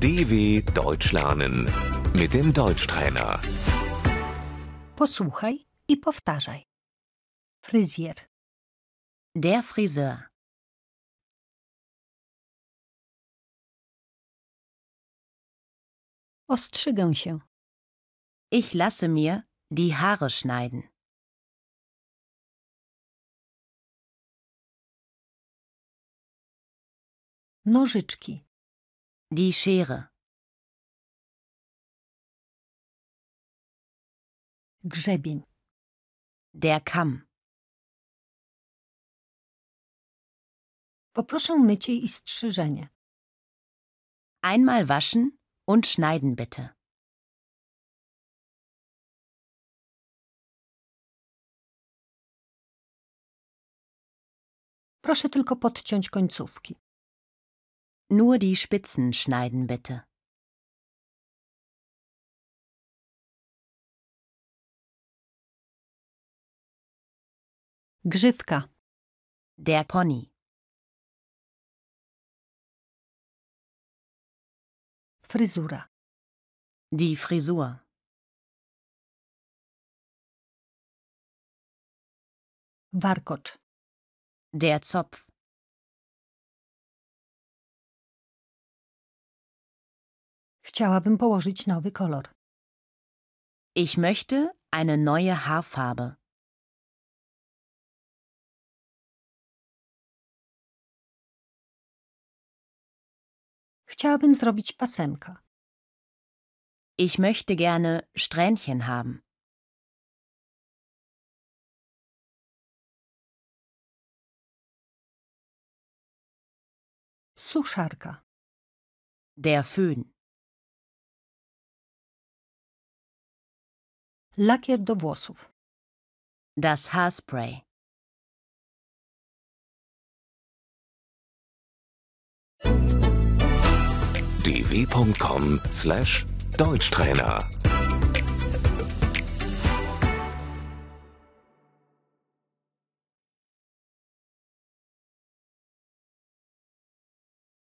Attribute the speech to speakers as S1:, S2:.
S1: DW Deutsch lernen mit dem Deutschtrainer.
S2: Posłuchaj i powtarzaj. Fryzjer,
S3: Der Friseur.
S2: ostrzygę się,
S3: Ich lasse mir die Haare schneiden.
S2: nożyczki,
S3: Die Schere.
S2: grzebień,
S3: Der Kamm.
S2: poproszę mycie i strzyżenie,
S3: Einmal waschen und schneiden bitte.
S2: proszę tylko podciąć końcówki,
S3: Nur die Spitzen schneiden bitte.
S2: grzywka,
S3: Der Pony.
S2: fryzura,
S3: Die Frisur.
S2: warkocz,
S3: Der Zopf.
S2: chciałabym położyć nowy kolor,
S3: Ich möchte eine neue Haarfarbe.
S2: chciałabym zrobić pasemka,
S3: Ich möchte gerne Strähnchen haben.
S2: suszarka,
S3: Der Föhn.
S2: lakier do włosów,
S3: Das Haarspray.
S1: dw.com/deutschtrainer